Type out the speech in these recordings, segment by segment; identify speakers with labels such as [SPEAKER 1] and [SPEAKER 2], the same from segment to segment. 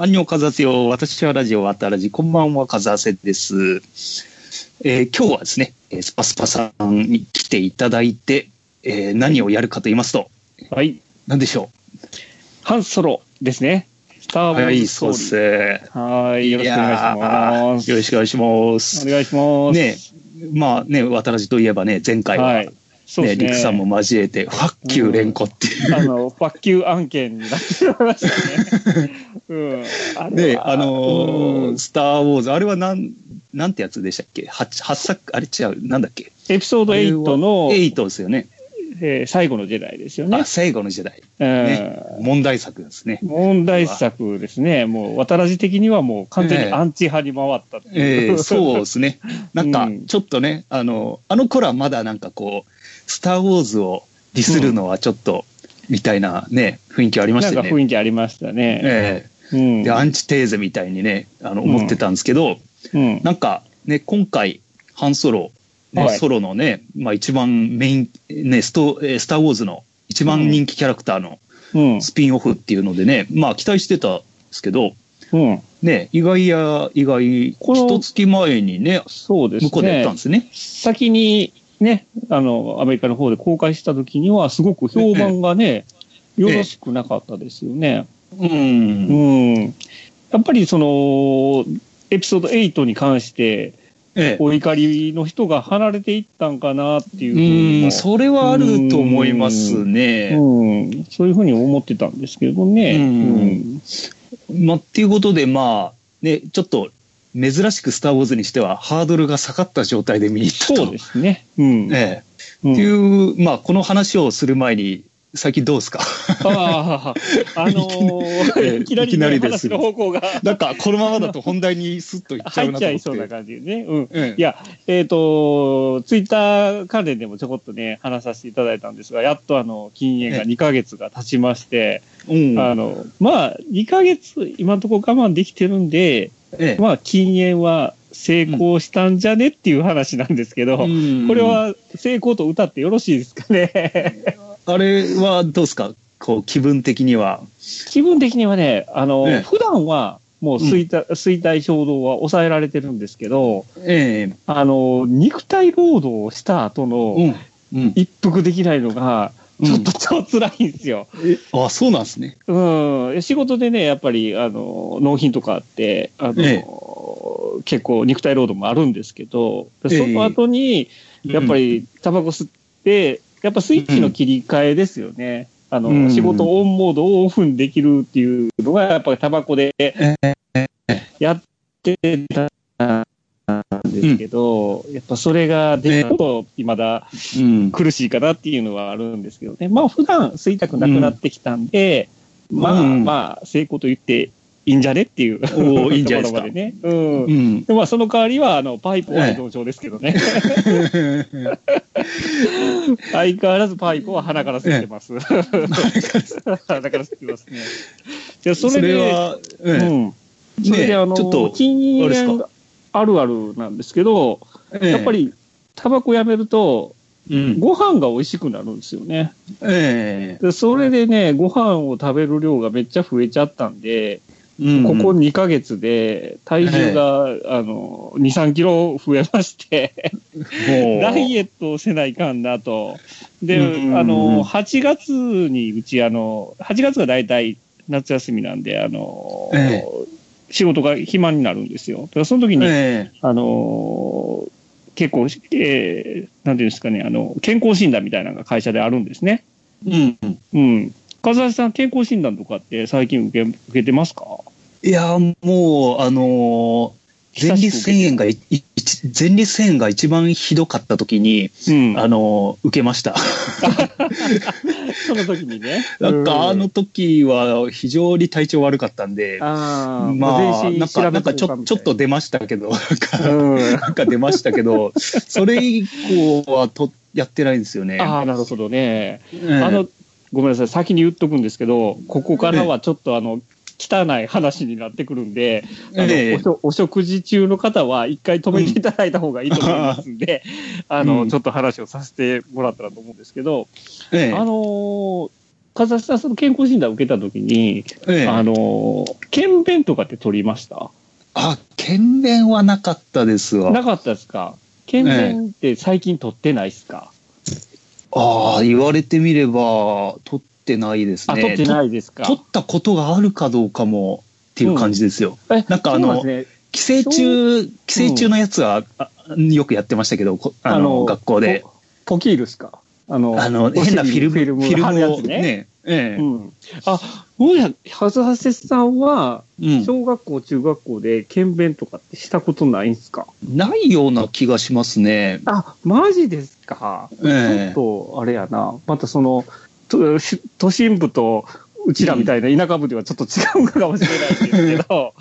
[SPEAKER 1] アンニョンカザセよ。私はラジオ、わたらじ。こんばんは、カザセです。えー今日はですね、えースパスパさんに来ていただいて、えー何をやるかと言いますと、
[SPEAKER 2] はい。
[SPEAKER 1] 何でしょ
[SPEAKER 2] ハンソロですね。ス
[SPEAKER 1] う
[SPEAKER 2] ター・ウォ
[SPEAKER 1] は
[SPEAKER 2] ー
[SPEAKER 1] い、
[SPEAKER 2] ズス
[SPEAKER 1] そう
[SPEAKER 2] トー
[SPEAKER 1] で
[SPEAKER 2] リー。
[SPEAKER 1] す。よ
[SPEAKER 2] はい。よろしくお願いします。
[SPEAKER 1] よろしくお願いします。
[SPEAKER 2] お願いします。
[SPEAKER 1] ねまあね、わたらじといえばね、前回は、
[SPEAKER 2] はい。そうで
[SPEAKER 1] ね、
[SPEAKER 2] すね。
[SPEAKER 1] りくさんも交えて、ファッキュー連呼っていう。
[SPEAKER 2] あの、ファッキュー案件になってしまいました ね。うん。あれ
[SPEAKER 1] で、
[SPEAKER 2] は
[SPEAKER 1] あのー
[SPEAKER 2] うん
[SPEAKER 1] スター・ウォーズ、あれはなん、なんてやつでしたっけ 8, 八作、あれ違う、なんだっけ
[SPEAKER 2] エピソード8の、
[SPEAKER 1] エイトですよね。
[SPEAKER 2] えー最後の時代ですよね
[SPEAKER 1] あ、。最後の時代。
[SPEAKER 2] うん
[SPEAKER 1] ね問題作ですね。
[SPEAKER 2] 問題作ですね。もう、渡らじ的にはもう完全にアンチ派に回ったって
[SPEAKER 1] え
[SPEAKER 2] い
[SPEAKER 1] え そうですね。なんか
[SPEAKER 2] うん、
[SPEAKER 1] ちょっとね、あの、あの頃はまだなんかこう、スター・ウォーズをディスるのはちょっと、みたいなね、雰囲気ありまし
[SPEAKER 2] なん
[SPEAKER 1] たよ
[SPEAKER 2] か
[SPEAKER 1] ね。
[SPEAKER 2] 雰囲気ありましたね。
[SPEAKER 1] え
[SPEAKER 2] うん
[SPEAKER 1] えで、アンチテーゼみたいにね、あの、思ってたんですけど、
[SPEAKER 2] うん
[SPEAKER 1] なんかね、今回、ハンソロ、ね
[SPEAKER 2] はい
[SPEAKER 1] ソロのね、まあ一番メイン、ね、スト、えースター・ウォーズの一番人気キャラクターの
[SPEAKER 2] うん。
[SPEAKER 1] スピンオフっていうのでね、まあ期待してたんですけど、
[SPEAKER 2] うん。
[SPEAKER 1] ね、意外や意外、
[SPEAKER 2] この
[SPEAKER 1] 一月前にね、
[SPEAKER 2] そうです
[SPEAKER 1] 向
[SPEAKER 2] ね。
[SPEAKER 1] こうでやったんですね。
[SPEAKER 2] 先にね、あの、アメリカの方で公開した時には、すごく評判がね、よろしくなかったですよね。
[SPEAKER 1] うん。
[SPEAKER 2] うん。やっぱりその、エピソード8に関して、
[SPEAKER 1] ええ。
[SPEAKER 2] お怒りの人が離れていったんかなっていううふうに
[SPEAKER 1] ー
[SPEAKER 2] も
[SPEAKER 1] ん、それはあると思いますね。
[SPEAKER 2] うんそういうふうに思ってたんですけどね。
[SPEAKER 1] うんまあ、っていうことで、まあ、ね、ちょっと、珍しくスター・ウォーズにしては、ハードルが下がった状態で見に行ったと。
[SPEAKER 2] そうですね。うん。
[SPEAKER 1] え
[SPEAKER 2] う
[SPEAKER 1] え。
[SPEAKER 2] ん
[SPEAKER 1] っていう、まあ、この話をする前に、最近どうですか
[SPEAKER 2] ああ、あの ー、いきなりね話の方向が。
[SPEAKER 1] なんか、このままだと本題にスッといっちゃ
[SPEAKER 2] 入
[SPEAKER 1] う
[SPEAKER 2] っ
[SPEAKER 1] な
[SPEAKER 2] ち
[SPEAKER 1] と
[SPEAKER 2] ゃ
[SPEAKER 1] 思
[SPEAKER 2] い
[SPEAKER 1] って。
[SPEAKER 2] そうな感じでね。うん。
[SPEAKER 1] え
[SPEAKER 2] いや、えっ、と、ツイッター関連でもちょこっとね、話させていただいたんですが、やっとあの、禁煙が
[SPEAKER 1] ええ
[SPEAKER 2] 2ヶ月が経ちまして、
[SPEAKER 1] え。うん。
[SPEAKER 2] あの、まあ、2ヶ月、今のところ我慢できてるんで、
[SPEAKER 1] ええ。
[SPEAKER 2] まあ、禁煙は成功したんじゃねっていう話なんですけど、
[SPEAKER 1] うん
[SPEAKER 2] これ、は成功と歌ってよろしいですかね。
[SPEAKER 1] あれはどうですかこう、気分的には。
[SPEAKER 2] 気分的にはね、あの、
[SPEAKER 1] ええ
[SPEAKER 2] 普段はもう衰退、衰退衝動は抑えられてるんですけど、
[SPEAKER 1] ええ。
[SPEAKER 2] あの、肉体労働をした後の、
[SPEAKER 1] うん。うん。
[SPEAKER 2] 一服できないのが、ちょっと超辛いんですよ。
[SPEAKER 1] あ、そうなんですね。
[SPEAKER 2] うん。仕事でね、やっぱり、あの、納品とかあって、あの、
[SPEAKER 1] え
[SPEAKER 2] 結構肉体労働もあるんですけど、
[SPEAKER 1] ええ
[SPEAKER 2] その後に、やっぱり、タバコ吸って、やっぱスイッチの切り替えですよね。あの、
[SPEAKER 1] うん
[SPEAKER 2] 仕事オンモードをオフにできるっていうのが、やっぱりタバコでやってたんですけど、やっぱそれができると、未だ、
[SPEAKER 1] うん。
[SPEAKER 2] 苦しいかなっていうのはあるんですけどね。まあ普段吸いたくなくなってきたんで、まあ
[SPEAKER 1] うん
[SPEAKER 2] まあ成功と言っていいんじゃねっていう
[SPEAKER 1] おーいいんじゃないですか
[SPEAKER 2] ところまでね。うん。
[SPEAKER 1] うん。
[SPEAKER 2] でまあその代わりは、あの、パイプは依存症ですけどね。相変わらずパイプは鼻から吸ってます。鼻から吸ってますね。じゃあそれで、
[SPEAKER 1] は、え
[SPEAKER 2] う
[SPEAKER 1] え
[SPEAKER 2] ん。それで、あの、
[SPEAKER 1] ちょっと
[SPEAKER 2] 禁
[SPEAKER 1] あれです
[SPEAKER 2] 煙あるあるなんですけど、やっぱ、りタバコやめると、
[SPEAKER 1] ええうん
[SPEAKER 2] ご飯が美味しくなるんですよね。
[SPEAKER 1] ええ
[SPEAKER 2] で、それでね、ご飯を食べる量がめっちゃ増えちゃったんで、
[SPEAKER 1] うん
[SPEAKER 2] ここ2ヶ月で体重が、あの、2、3キロ増えまして、
[SPEAKER 1] もう
[SPEAKER 2] ダイエットをせないかんなと。で、
[SPEAKER 1] うん
[SPEAKER 2] あの、8月にうち、あの、8月が大体夏休みなんで、あの、
[SPEAKER 1] ええ
[SPEAKER 2] 仕事が暇になるんですよ。だからその時に、
[SPEAKER 1] え
[SPEAKER 2] あの、結構、えーなんていうんですかね、あの、健康診断みたいなのが会社であるんですね。
[SPEAKER 1] えうん。
[SPEAKER 2] うん。風橋さん、健康診断とかって最近受け受けてますか
[SPEAKER 1] いや、もう、あのー前立腺炎がい、い前立腺炎が一番ひどかった時に、
[SPEAKER 2] うん。
[SPEAKER 1] あのー受けました。。
[SPEAKER 2] その時にね
[SPEAKER 1] なんか、あの、時は非常に体調悪かったんで、
[SPEAKER 2] ああ、
[SPEAKER 1] まあ、
[SPEAKER 2] 全身
[SPEAKER 1] なん
[SPEAKER 2] 調べ
[SPEAKER 1] か、
[SPEAKER 2] て
[SPEAKER 1] なんかち
[SPEAKER 2] みたい
[SPEAKER 1] ょ、ちょっと、出ましたけど、なんか、
[SPEAKER 2] うん。
[SPEAKER 1] なんか出ましたけ ど、それ以降はと、やってないんですよね。
[SPEAKER 2] ああ、なるほどね。
[SPEAKER 1] ええ
[SPEAKER 2] あの、ごめんなさい、先に言っとくんですけど、ここからはちょっとあの、汚い話になってくるんで、あの
[SPEAKER 1] ええ
[SPEAKER 2] おしょお食事中の方は一回止めていただいた方がいいと思いますんで、あ
[SPEAKER 1] う
[SPEAKER 2] の、
[SPEAKER 1] ん
[SPEAKER 2] ちょっと話をさせてもらったらと思うんですけど、
[SPEAKER 1] ええ
[SPEAKER 2] あのーかざしたその健康診断を受けた時に、
[SPEAKER 1] ええ
[SPEAKER 2] あの、検便とかって取りました
[SPEAKER 1] あ、検便はなかったですわ。
[SPEAKER 2] なかったですか検便って最近取ってないですか、
[SPEAKER 1] ああ、言われてみれば、取ってないです
[SPEAKER 2] あ、
[SPEAKER 1] ね。
[SPEAKER 2] 取ってないですか
[SPEAKER 1] と取ったことがあるかどうかもっていう感じですよ。
[SPEAKER 2] え
[SPEAKER 1] なんかあの
[SPEAKER 2] そうなんですね
[SPEAKER 1] 寄生虫、寄生虫のやつは、あよくやってましたけど、こあの、学校で。
[SPEAKER 2] ポ。ポキールですかあの、
[SPEAKER 1] あの、
[SPEAKER 2] お尻に
[SPEAKER 1] 変なフィルム、
[SPEAKER 2] フ
[SPEAKER 1] フィル
[SPEAKER 2] ィルム
[SPEAKER 1] ム
[SPEAKER 2] 貼るや
[SPEAKER 1] を
[SPEAKER 2] つ
[SPEAKER 1] ね。
[SPEAKER 2] ね。
[SPEAKER 1] ええ
[SPEAKER 2] うん。あ、もうや、はずはせさんは、
[SPEAKER 1] うん
[SPEAKER 2] 小学校、中学校で、検便とかってしたことないんすか
[SPEAKER 1] ないような気がしますね。
[SPEAKER 2] あ、マジですか。
[SPEAKER 1] ええ
[SPEAKER 2] ちょっと、あれやな。またその、とし都心部と、うちらみたいな田舎部ではちょっと違うのかもしれないですけ ど、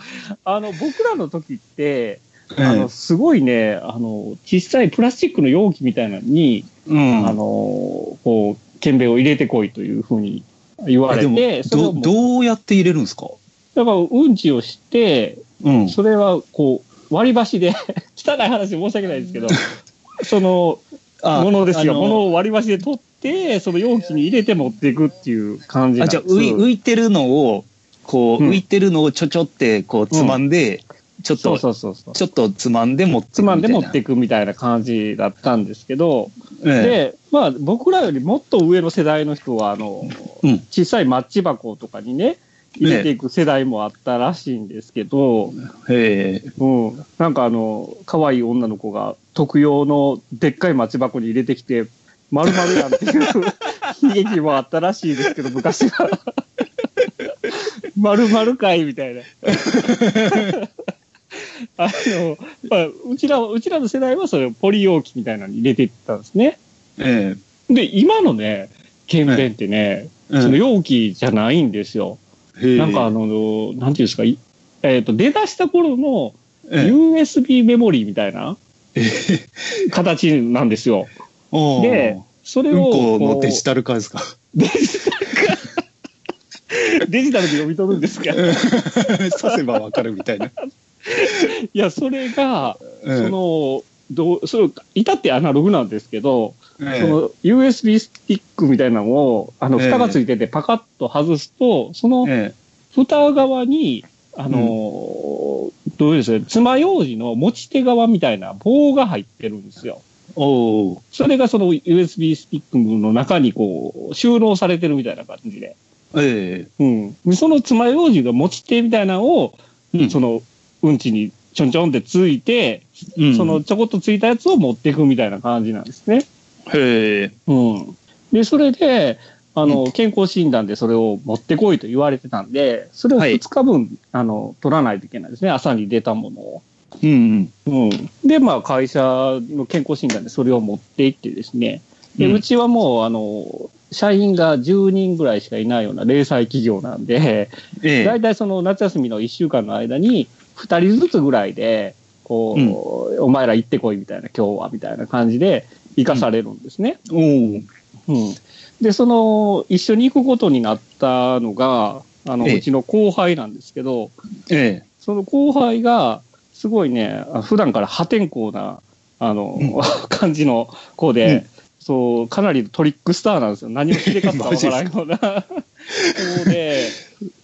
[SPEAKER 2] あの、僕らの時って、あの、すごいね、あの、小さいプラスチックの容器みたいなのに、
[SPEAKER 1] うん
[SPEAKER 2] あの、こう、検便を入れてこいというふうに言わ
[SPEAKER 1] え
[SPEAKER 2] れ
[SPEAKER 1] でも
[SPEAKER 2] て、それを
[SPEAKER 1] ど
[SPEAKER 2] もう
[SPEAKER 1] どうやって入れるんですか
[SPEAKER 2] だからうんちをして、
[SPEAKER 1] うん。
[SPEAKER 2] それはこう、割り箸で、 汚い話申し訳ないですけど、その、
[SPEAKER 1] あ
[SPEAKER 2] ものですよ。
[SPEAKER 1] あの
[SPEAKER 2] ものを割り箸で取って、その容器に入れて持っていくっていう感じなん
[SPEAKER 1] あ、
[SPEAKER 2] で
[SPEAKER 1] じ
[SPEAKER 2] す
[SPEAKER 1] ゃあ浮い浮いてるのを、こう、
[SPEAKER 2] うん
[SPEAKER 1] 浮いてるのをちょちょって、こう、つまんで、ちょっ
[SPEAKER 2] そ
[SPEAKER 1] と、
[SPEAKER 2] うそうそうそう。
[SPEAKER 1] ちょっとつまんで持って
[SPEAKER 2] つまんで持って
[SPEAKER 1] い
[SPEAKER 2] いくみたいな感じだったんですけど、
[SPEAKER 1] くみたいな。ええ
[SPEAKER 2] で、まあ僕らよりもっと上の世代の人は、あの、
[SPEAKER 1] うん
[SPEAKER 2] 小さいマッチ箱とかにね、入れていく世代もあったらしいんですけど、
[SPEAKER 1] ええ
[SPEAKER 2] うん、なんかあの、可愛い女の子が特用のでっかいマッチ箱に入れてきて、丸々やんっていう 悲劇もあったらしいですけど、昔は。丸々かいみたいな。あの、まあ、うちらは、うちらの世代はそれをポリ容器みたいなのに入れていったんですね。
[SPEAKER 1] え
[SPEAKER 2] で、今のね、検便ってね、
[SPEAKER 1] えうん
[SPEAKER 2] その容器じゃないんですよ。
[SPEAKER 1] へえ
[SPEAKER 2] なんかあの、なんていうんですか、いえっ、と、出だした頃の、
[SPEAKER 1] ええ
[SPEAKER 2] USB メモリーみたいな
[SPEAKER 1] え
[SPEAKER 2] 形なんですよ。
[SPEAKER 1] おー
[SPEAKER 2] でそれ
[SPEAKER 1] うん
[SPEAKER 2] を
[SPEAKER 1] こ
[SPEAKER 2] こ
[SPEAKER 1] の
[SPEAKER 2] う
[SPEAKER 1] デジタル化ですか。
[SPEAKER 2] デジタルで読み取るんですが、い
[SPEAKER 1] 刺せばわかるみたいな。
[SPEAKER 2] や、それが、
[SPEAKER 1] うん
[SPEAKER 2] その、どう、それ、至ってアナログなんですけど、
[SPEAKER 1] ええ
[SPEAKER 2] その USB スティックみたいなのを、あの、
[SPEAKER 1] ええ
[SPEAKER 2] 蓋がついててパカッと外すと、その
[SPEAKER 1] え
[SPEAKER 2] 蓋側に、あの、どういうですね、爪楊枝の持ち手側みたいな棒が入ってるんですよ。
[SPEAKER 1] えおお。
[SPEAKER 2] それがその USB スティックの中にこう、収納されてるみたいな感じで。
[SPEAKER 1] え
[SPEAKER 2] うん、でその爪楊枝が持ち手みたいなのを、
[SPEAKER 1] えうん
[SPEAKER 2] そのうんちにちょんちょんってついて、
[SPEAKER 1] うん
[SPEAKER 2] そのちょこっとついたやつを持っていくみたいな感じなんですね。
[SPEAKER 1] へえ。
[SPEAKER 2] うん、でそれであの健康診断でそれを持ってこいと言われてたんでそれを
[SPEAKER 1] はい
[SPEAKER 2] 2日分、あの取らないといけないですね朝に出たものを。
[SPEAKER 1] うんうん。
[SPEAKER 2] うん、でまあ会社の健康診断でそれを持って行ってですねで
[SPEAKER 1] うん
[SPEAKER 2] うちはもうあの社員が10人ぐらいしかいないような零細企業なんで。
[SPEAKER 1] ええ
[SPEAKER 2] 大体その夏休みの1週間の間に2人ずつぐらいでこう、お前ら行ってこいみたいな今日はみたいな感じで行かされるんですね。
[SPEAKER 1] おお。
[SPEAKER 2] うんでその一緒に行くことになったのがあの
[SPEAKER 1] ええ
[SPEAKER 2] うちの後輩なんですけど
[SPEAKER 1] え
[SPEAKER 2] その後輩がすごいねあ普段から破天荒なあの、
[SPEAKER 1] う
[SPEAKER 2] 感じの子で。そう、かなりトリックスターなんですよ。何をひでかったかわからんよう な。そうで、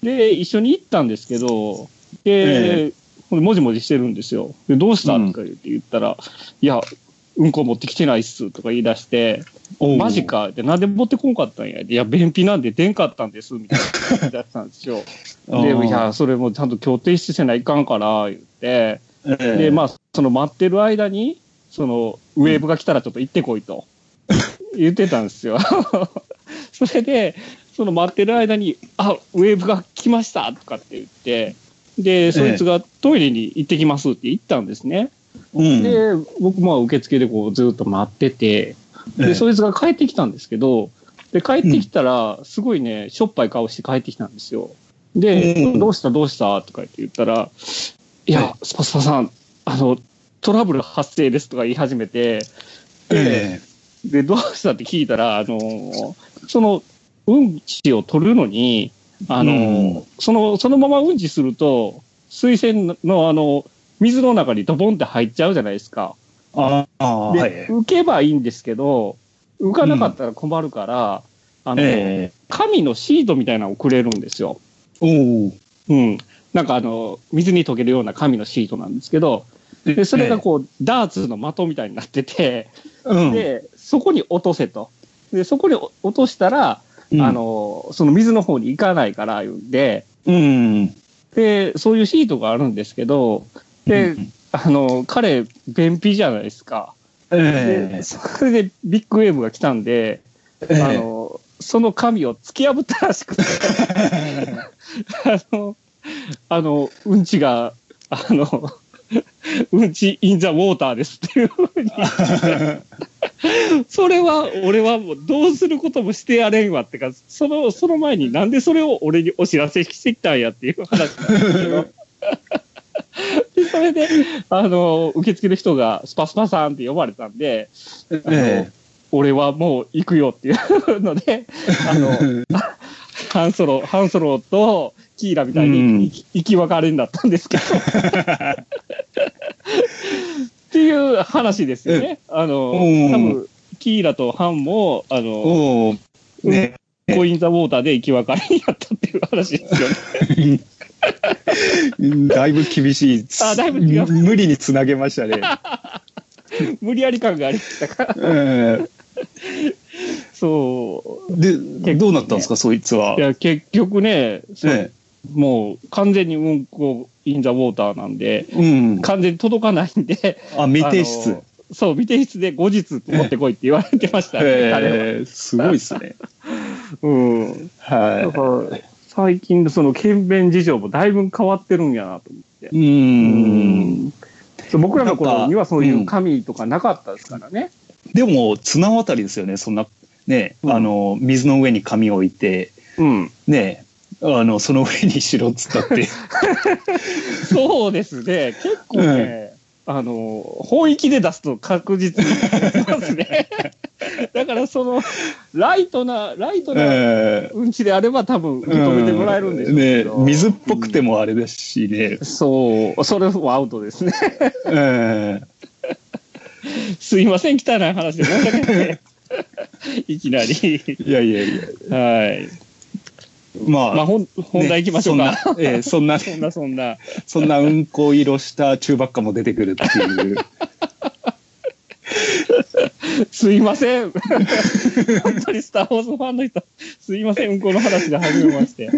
[SPEAKER 2] で、一緒に行ったんですけど、で、もじもじしてるんですよ。で、どうした
[SPEAKER 1] うん
[SPEAKER 2] とか言って言ったら、いや、うんこ持ってきてないっすとか言い出して、
[SPEAKER 1] おー
[SPEAKER 2] マジ。かって、なんで持ってこんかったんや。いや、便秘なんで出んかったんです、みたいな感じだったんですよ。
[SPEAKER 1] あー
[SPEAKER 2] で、いや、それもちゃんと今日提出せないかんから、言って、
[SPEAKER 1] ええ
[SPEAKER 2] で、まあ、その待ってる間に、その、ウェーブが来たらちょっと行ってこ いと、言ってたんですよ。 それで、その待ってる間に、あ、ウェーブが来ましたとかって言って、で、そいつがトイレに行ってきますって言ったんですね。
[SPEAKER 1] うん。え
[SPEAKER 2] で、僕も受付でこうずっと待ってて、
[SPEAKER 1] え
[SPEAKER 2] で、そいつが帰ってきたんですけど、で、帰ってきたら、すごいね、しょっぱい顔して帰ってきたんですよ。で、
[SPEAKER 1] うん
[SPEAKER 2] どうしたどうしたとか言って言ったら、いや、スパスパさん、あの、トラブル発生ですとか言い始めて、で、
[SPEAKER 1] え
[SPEAKER 2] でどうしたって聞いたら、あのその、うんちを取るのに、あの
[SPEAKER 1] うん
[SPEAKER 2] その、そのままうんちすると、水栓の、あの、水の中にドボンって入っちゃうじゃないですか。
[SPEAKER 1] ああ、
[SPEAKER 2] で、
[SPEAKER 1] はい。
[SPEAKER 2] 受けばいいんですけど、受かなかったら困るから、あの、
[SPEAKER 1] え
[SPEAKER 2] 神のシードみたいなのをくれるんですよ。
[SPEAKER 1] えおお。
[SPEAKER 2] うん。なんかあの、水に溶けるような神のシートなんですけど、で、それがこう、ダーツの的みたいになってて、
[SPEAKER 1] うん、
[SPEAKER 2] で、そこに落とせと。で、そこに落としたら、
[SPEAKER 1] うん
[SPEAKER 2] あ、の、その水の方に行かないから言うんで、
[SPEAKER 1] うん。
[SPEAKER 2] で、そういうシートがあるんですけど、で
[SPEAKER 1] う、ん
[SPEAKER 2] あの、彼、便秘じゃないですか。
[SPEAKER 1] ええ
[SPEAKER 2] で、それでビッグウェーブが来たんで、
[SPEAKER 1] ええ
[SPEAKER 2] あの、その神を突き破ったら しくて、あの、あの、うんちが、あの、うんちインザウォーターですっていうふうに、それは俺はもうどうすることもしてやれんわってか、その、その前になんでそれを俺にお知らせしてきたんやっていう話なんですけど。でそれで、あの、受付の人がスパスパさんって呼ばれたんで、あの
[SPEAKER 1] ええ
[SPEAKER 2] 俺はもう行くよっていう ので、あの、 ハンソロ、ハンソロとキーラみたいに生き生き別れになったんです けど。っていう話ですよね。あの、多
[SPEAKER 1] うん
[SPEAKER 2] 分、キーラとハンも、あの、
[SPEAKER 1] おお。ね。
[SPEAKER 2] コインザウォーターで生き別れになったっていう話です よね。
[SPEAKER 1] だいぶ厳しい。
[SPEAKER 2] あだいぶ違う
[SPEAKER 1] 無理につなげましたね。
[SPEAKER 2] 無理やり感がありましたから。
[SPEAKER 1] え
[SPEAKER 2] そ
[SPEAKER 1] えで、
[SPEAKER 2] ね
[SPEAKER 1] どうなったんですか、そいつは
[SPEAKER 2] う。い。や、結局ね、そう
[SPEAKER 1] え
[SPEAKER 2] もう完全に運行インザウォーターなんで、
[SPEAKER 1] えうん。
[SPEAKER 2] 完全に届かないんで、
[SPEAKER 1] あ、未提
[SPEAKER 2] あ
[SPEAKER 1] 出
[SPEAKER 2] の。。そう、未提出で後日持ってこいって言われてましたね、彼は。
[SPEAKER 1] ええすごいですね。
[SPEAKER 2] うん。だか
[SPEAKER 1] は
[SPEAKER 2] ら、最近のその検便事情もだいぶ変わってるんやなと思って。
[SPEAKER 1] い。うん。
[SPEAKER 2] そう僕らの頃にはそうい
[SPEAKER 1] なん
[SPEAKER 2] う
[SPEAKER 1] か
[SPEAKER 2] 神とかなかったですからね。
[SPEAKER 1] でも、綱渡りですよね、そんな。ね、
[SPEAKER 2] うん
[SPEAKER 1] あの、水の上に紙を置いて、
[SPEAKER 2] うん。
[SPEAKER 1] ね、あの、その上にしろっつった って。
[SPEAKER 2] そうですね。結構ね、あの、本域で出すと確実に出ます ね。だからその、ライトな、ライトな
[SPEAKER 1] ええ
[SPEAKER 2] うんちであれば多分認めてもらえるんでしょうけど。
[SPEAKER 1] ね、水っぽくてもあれですしね。
[SPEAKER 2] そう、それはアウトですね。
[SPEAKER 1] ええ
[SPEAKER 2] すいません、汚い話で申し訳ない。いきなり。
[SPEAKER 1] いやいやいや。
[SPEAKER 2] はい。
[SPEAKER 1] まあ、
[SPEAKER 2] まあ、ほん本題いきましょう
[SPEAKER 1] ね
[SPEAKER 2] か。
[SPEAKER 1] そんな、ええそんな、
[SPEAKER 2] そんな、そんな。
[SPEAKER 1] そんなうんこ色した中ばっかも出てくるっていう。
[SPEAKER 2] すいません。本当にスター・ウォーズファンの人、すいません、うんこの話で始めまして。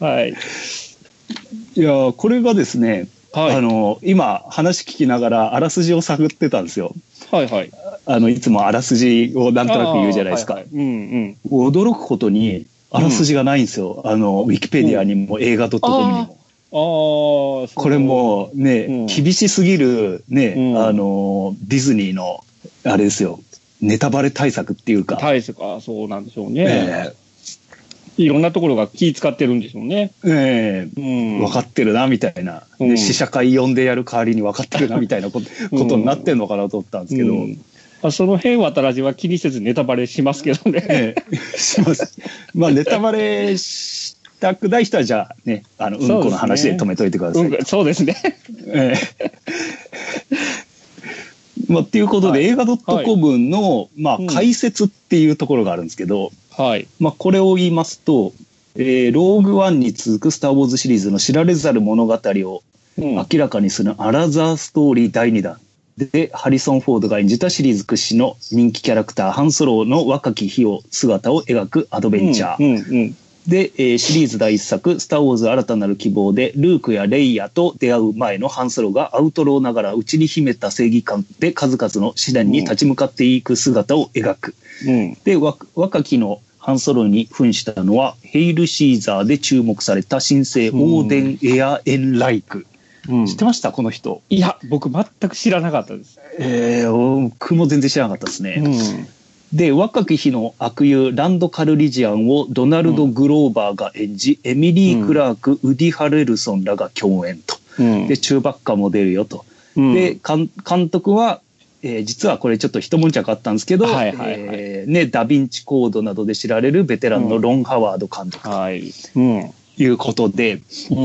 [SPEAKER 2] はい。
[SPEAKER 1] いやー、これがですね、
[SPEAKER 2] はい
[SPEAKER 1] あの、今、話聞きながら、あらすじを探ってたんですよ。
[SPEAKER 2] はいはい。
[SPEAKER 1] あの、いつもあらすじをなんとなく言うじゃないですか。
[SPEAKER 2] あーはいはいうんうん。
[SPEAKER 1] 驚くことに、あらすじがないんですよ。あの、ウィキペディアにも映画 .com に
[SPEAKER 2] あー
[SPEAKER 1] も。
[SPEAKER 2] ああ、こ
[SPEAKER 1] これ。もね、
[SPEAKER 2] うん
[SPEAKER 1] 厳しすぎるね、
[SPEAKER 2] うん
[SPEAKER 1] あの、ディズニーの、あれですよ、ネタバレ対策っていうか、
[SPEAKER 2] 大してか、そうなんでしょう
[SPEAKER 1] え
[SPEAKER 2] ね。
[SPEAKER 1] え
[SPEAKER 2] いろんなところが気使ってるんでしょうね。
[SPEAKER 1] ええ
[SPEAKER 2] うん。
[SPEAKER 1] 分かってるな、みたいな、
[SPEAKER 2] うん
[SPEAKER 1] で試写会呼んでやる代わりに分かってるな、みたいなこと,、
[SPEAKER 2] うん
[SPEAKER 1] ことになってるのかなと思ったんですけど、
[SPEAKER 2] うんまあ、その辺はたらじは気にせずネタバレしますけどね。
[SPEAKER 1] ええ します。まあ、ネタバレしたくない人は、じゃあね、あの、うんこの話で止めといてくださ
[SPEAKER 2] う
[SPEAKER 1] い。
[SPEAKER 2] ん、そうですね。
[SPEAKER 1] ええ まあ、っていうことで、
[SPEAKER 2] はい
[SPEAKER 1] 映画 .com の、まあ
[SPEAKER 2] うん、
[SPEAKER 1] 解説っていうところがあるんですけど、
[SPEAKER 2] はい。
[SPEAKER 1] まあ、これを言いますと、えーローグワンに続くスター・ウォーズシリーズの知られざる物語を
[SPEAKER 2] うん
[SPEAKER 1] 明らかにするアラザーストーリー第2弾で、ハリソン・フォードが演じたシリーズ屈指の人気キャラクター、ハン・ソローの若き日を姿を描くアドベンチャー。
[SPEAKER 2] うんうん
[SPEAKER 1] で、えーシリーズ第一作「スター・ウォーズ新たなる希望」でルークやレイヤと出会う前のハンソロがアウトローながら内に秘めた正義感で数々の試練に立ち向かっていく姿を描く。
[SPEAKER 2] うん。
[SPEAKER 1] でわ若きのハンソロに扮したのはヘイル・シーザーで注目された新星オーデン・エア・エン・ライク。
[SPEAKER 2] うん
[SPEAKER 1] 知ってましたこの人。
[SPEAKER 2] いや、僕全く知らなかったです。
[SPEAKER 1] えー、僕も全然知らなかったですね。で若き日の悪友ランド・カルリジアンをドナルド・グローバーが演じ、エミリー・クラーク、ウディ・ハレルソンらが共演と
[SPEAKER 2] うん
[SPEAKER 1] で中ばっかも出るよと、
[SPEAKER 2] うん
[SPEAKER 1] で監監督は、えー実はこれちょっと一文着あったんですけど、
[SPEAKER 2] はいはいはい
[SPEAKER 1] えーね、ダ・ヴィンチ・コードなどで知られるベテランのロン・ハワード監督と
[SPEAKER 2] はい。うん。
[SPEAKER 1] いうことで、
[SPEAKER 2] う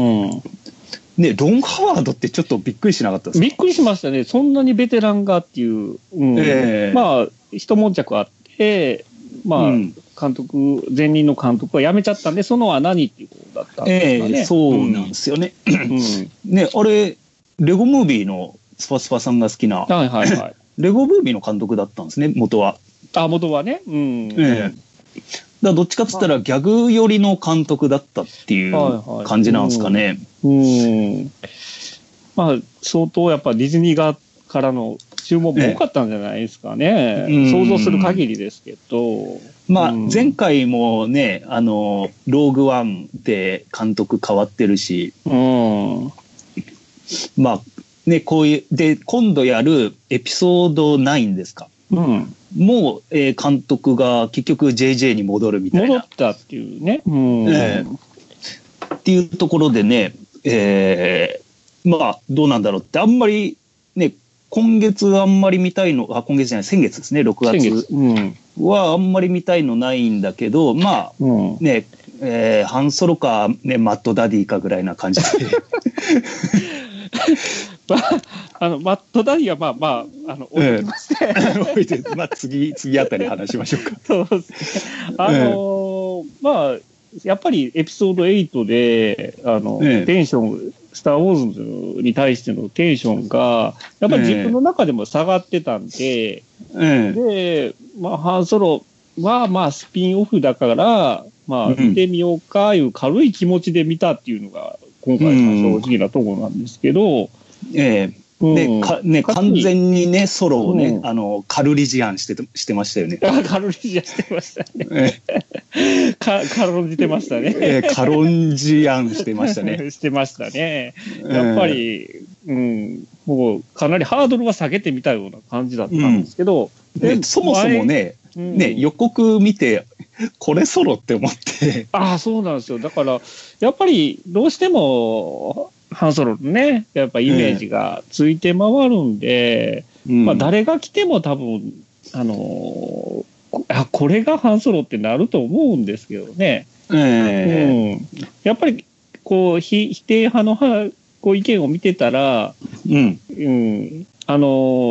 [SPEAKER 1] ね、ロン・ハワードってちょっとびっくりしなかったです
[SPEAKER 2] ん。
[SPEAKER 1] か
[SPEAKER 2] びっくりしましたね。そんなにベテランがっていう。うん
[SPEAKER 1] ええ
[SPEAKER 2] まあ、一悶着あって、まあ、
[SPEAKER 1] うん
[SPEAKER 2] 監督、前任の監督は辞めちゃったんで、その穴にっていうことだったんです
[SPEAKER 1] え
[SPEAKER 2] か
[SPEAKER 1] え
[SPEAKER 2] ね。
[SPEAKER 1] そうなんですよね。
[SPEAKER 2] うんうん
[SPEAKER 1] ね、あれ、レゴムービーのスパスパさんが好きな、
[SPEAKER 2] はいはいはい。
[SPEAKER 1] レゴムービーの監督だったんですね、元は。
[SPEAKER 2] あ、元はね。うん。
[SPEAKER 1] ええだからどっちかっつったらギャグ寄りの監督だったってい
[SPEAKER 2] はいは
[SPEAKER 1] う
[SPEAKER 2] い
[SPEAKER 1] 感じなんですかね。
[SPEAKER 2] うん。まあ、相当やっぱディズニー側からの注文も多かったんじゃないですかね。
[SPEAKER 1] ええ
[SPEAKER 2] 想像する限りですけど。
[SPEAKER 1] まあ、
[SPEAKER 2] うん
[SPEAKER 1] 前回もね、あの、ローグワンで監督変わってるし、
[SPEAKER 2] うん。
[SPEAKER 1] まあ、ね、こういう、で、今度やるエピソード9ですか。
[SPEAKER 2] うん。
[SPEAKER 1] もう、えー監督が結局 JJ に戻るみたい
[SPEAKER 2] 戻
[SPEAKER 1] な
[SPEAKER 2] っ。たっていうね。うん。
[SPEAKER 1] えっていうところでね、えーまあ、どうなんだろうって、あんまり、ね、今月あんまり見たいの、あ、今月じゃない、先月ですね、6
[SPEAKER 2] 先
[SPEAKER 1] 月
[SPEAKER 2] 月。うん。
[SPEAKER 1] はあんまり見たいのないんだけど、まあ、
[SPEAKER 2] うん。
[SPEAKER 1] ね、えーハンソロか、ね、マットダディかぐらいな感じで。
[SPEAKER 2] まあ、あの、マットダディはまあまあ、あの、置いときまして、
[SPEAKER 1] 置いて まあ、次、次あたり話しましょうか。
[SPEAKER 2] そうですね。あのーまあ、やっぱりエピソード8で、あの、
[SPEAKER 1] ええ
[SPEAKER 2] テンション、スター・ウォーズに対してのテンションが、やっぱり自分の中でも下がってたんで、
[SPEAKER 1] うん。
[SPEAKER 2] で、まあ、ハンソロは、まあ、スピンオフだから、まあ、
[SPEAKER 1] うん
[SPEAKER 2] 見てみようか、いう軽い気持ちで見たっていうのが、今回の正直なところなんですけど、
[SPEAKER 1] え
[SPEAKER 2] う
[SPEAKER 1] え
[SPEAKER 2] ん
[SPEAKER 1] で、か、ね、
[SPEAKER 2] かっこ
[SPEAKER 1] 完
[SPEAKER 2] いい
[SPEAKER 1] 全にね、ソロをね、
[SPEAKER 2] うん。
[SPEAKER 1] あの、カルリジアンしてて、してましたよね
[SPEAKER 2] 軽いじゃしてましたね。
[SPEAKER 1] え
[SPEAKER 2] か軽んじてましたね。
[SPEAKER 1] えカロンジアンしてましたね。
[SPEAKER 2] してましたね。やっぱり、うん、もうかなりハードルは下げてみたような感じだったんですけど、
[SPEAKER 1] ね
[SPEAKER 2] で
[SPEAKER 1] そもそもね、
[SPEAKER 2] うん
[SPEAKER 1] ね、予告見て、これソロって思って、
[SPEAKER 2] ああ、そうなんですよ。だから、やっぱりどうしても、ハンソロのね、やっぱイメージがついて回るんで、まあ誰が来ても多分、あのーこあ、これがハンソロってなると思うんですけどね。
[SPEAKER 1] え
[SPEAKER 2] うん、やっぱり、こう、ひ否定派の派、こう意見を見てたら、
[SPEAKER 1] えうん。
[SPEAKER 2] うん、あの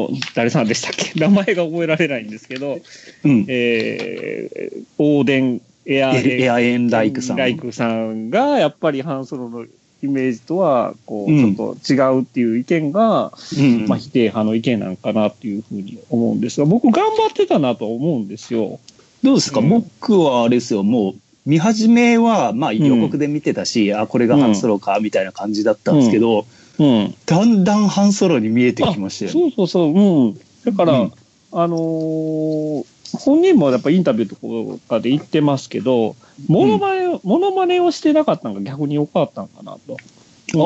[SPEAKER 2] ー誰さんでしたっけ 名前が覚えられないんですけど、
[SPEAKER 1] うん。
[SPEAKER 2] えー、オーデン、エアーデン
[SPEAKER 1] エエアエンライクさん。
[SPEAKER 2] ライクさんが、やっぱりハンソロのイメージとは、こう、
[SPEAKER 1] うん
[SPEAKER 2] ちょっと違うっていう意見が、
[SPEAKER 1] うん。
[SPEAKER 2] まあ、否定派の意見なんかなっていうふうに思うんですが、僕頑張ってたなと思うんですよ。
[SPEAKER 1] どうですか、
[SPEAKER 2] うん
[SPEAKER 1] 僕はあれですよ、もう、見始めは、まあ、予告で見てたし、あ、これがハンソロか、みたいな感じだったんですけど、
[SPEAKER 2] うん。
[SPEAKER 1] だんだんハンソロに見えてきましたよね。
[SPEAKER 2] そうそうそう、うん。だから、
[SPEAKER 1] うん
[SPEAKER 2] あのー本人もやっぱインタビューとかで言ってますけど、モノマネを、モノマネをしてなかったのが逆に良かったのかなと。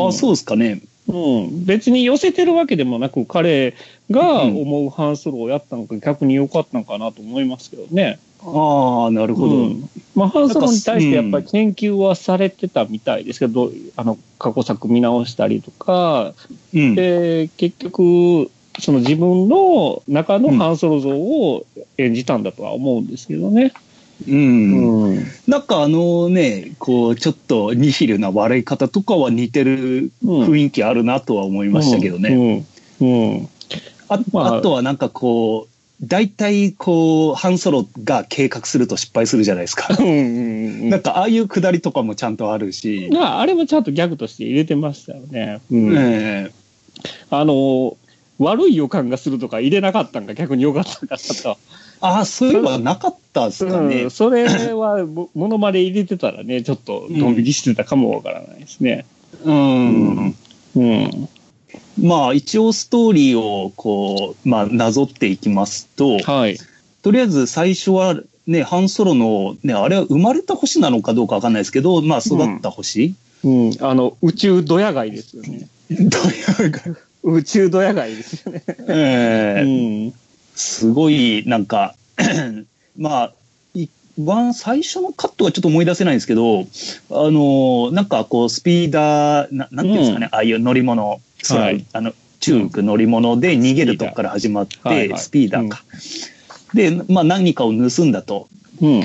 [SPEAKER 1] ああ、そうですかね。
[SPEAKER 2] うん。別に寄せてるわけでもなく、彼が思うハンソロをやったのが逆に良かったのかなと思いますけどね。
[SPEAKER 1] ああ、なるほど。
[SPEAKER 2] うんまあ、ハンソロに対してやっぱり研究はされてたみたいですけど、あの、過去作見直したりとか、
[SPEAKER 1] うん。
[SPEAKER 2] で、結局、その自分の中のハンソロ像を演じたんだとは思うんですけどね。
[SPEAKER 1] うん。
[SPEAKER 2] うん。
[SPEAKER 1] なんかあのね、こう、ちょっとニヒルな笑い方とかは似てる
[SPEAKER 2] うん。
[SPEAKER 1] 雰囲気あるなとは思いましたけどね。
[SPEAKER 2] うん。うん。
[SPEAKER 1] あ
[SPEAKER 2] まあ
[SPEAKER 1] あとはなんかこう、大体こう、ハンソロが計画すると失敗するじゃないで すか。
[SPEAKER 2] うんうんう
[SPEAKER 1] なん
[SPEAKER 2] ん。
[SPEAKER 1] かああいうくだりとかもちゃんとあるし、
[SPEAKER 2] まあ、あれもちゃんとギャグとして入れてましたよね。うん
[SPEAKER 1] ええ
[SPEAKER 2] あの、悪い予感がするとか入れなかったんが逆に良かったんかなと。
[SPEAKER 1] ああ、そういえばなかったですかね。
[SPEAKER 2] うん。それは、もものまね入れてたらね、ちょっとドン引きしてたかもわからないですね。
[SPEAKER 1] うん。
[SPEAKER 2] うんうん。
[SPEAKER 1] まあ一応ストーリーをこう、まあなぞっていきますと、
[SPEAKER 2] はい。
[SPEAKER 1] とりあえず最初はね、ハンソロの、ね、あれは生まれた星なのかどうかわかんないですけど、まあ育った星、
[SPEAKER 2] うん。あの、宇宙ドヤ街ですよね。
[SPEAKER 1] どういうか
[SPEAKER 2] 宇宙ドヤ街ですよね。
[SPEAKER 1] ええ
[SPEAKER 2] うん。
[SPEAKER 1] すごい、なんか、 まあ、いワン、最初のカットはちょっと思い出せないんですけど、あのー、なんかこう、スピーダー、ななんていうんですかね、ああいう乗り物、空
[SPEAKER 2] はい
[SPEAKER 1] あの、中国乗り物で逃げるとこから始まって、スピーダー,、
[SPEAKER 2] はいはい
[SPEAKER 1] か、で、まあ何かを盗んだと。
[SPEAKER 2] うん。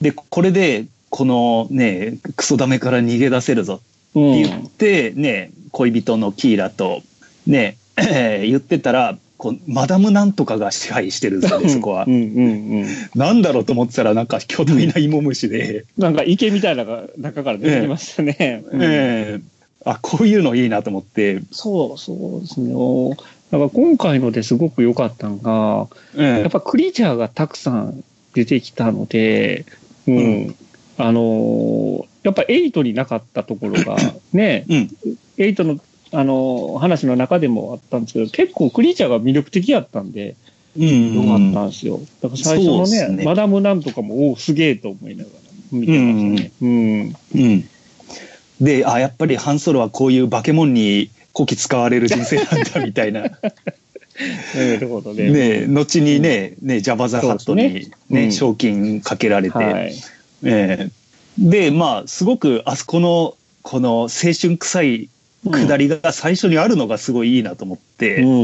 [SPEAKER 1] で、これで、このね、クソダメから逃げ出せるぞ
[SPEAKER 2] う
[SPEAKER 1] って言って、ね、恋人のキーラと、ね、言ってたら、こうマダムなんとかが支配してるんですよねそこは
[SPEAKER 2] う。んうんうん。
[SPEAKER 1] なんだろうと思ってたらなんか巨大な芋虫で、
[SPEAKER 2] なんか池みたいなのが中から出てきましたね。うん
[SPEAKER 1] ええあこういうのいいなと思って、
[SPEAKER 2] そう、そうですね。おだから今回のですごく良かったのが、
[SPEAKER 1] え
[SPEAKER 2] やっぱクリーチャーがたくさん出てきたので、うん。あのーやっぱエイトになかったところ が、ね、
[SPEAKER 1] えうん
[SPEAKER 2] エイトの、あのー話の中でもあったんですけど、結構クリーチャーが魅力的やったんで、
[SPEAKER 1] うん
[SPEAKER 2] 良かったんですよ。だから最初の
[SPEAKER 1] そうで
[SPEAKER 2] ね、
[SPEAKER 1] すね
[SPEAKER 2] マダムなんとかも、おお、すげえと思いながら見てましたね。うん
[SPEAKER 1] うん、であやっぱりハンソロはこういう化け物にこき使われる人生なんだみたい な
[SPEAKER 2] なるほどね。
[SPEAKER 1] ね後にねねジャバ・ザ・ハット
[SPEAKER 2] そうで
[SPEAKER 1] に、
[SPEAKER 2] ね
[SPEAKER 1] ね
[SPEAKER 2] うん
[SPEAKER 1] 賞金かけられて、
[SPEAKER 2] はい。
[SPEAKER 1] ええでまあすごくあそこのこの青春臭い下りが最初にあるのがすごいいいなと思って。
[SPEAKER 2] うんう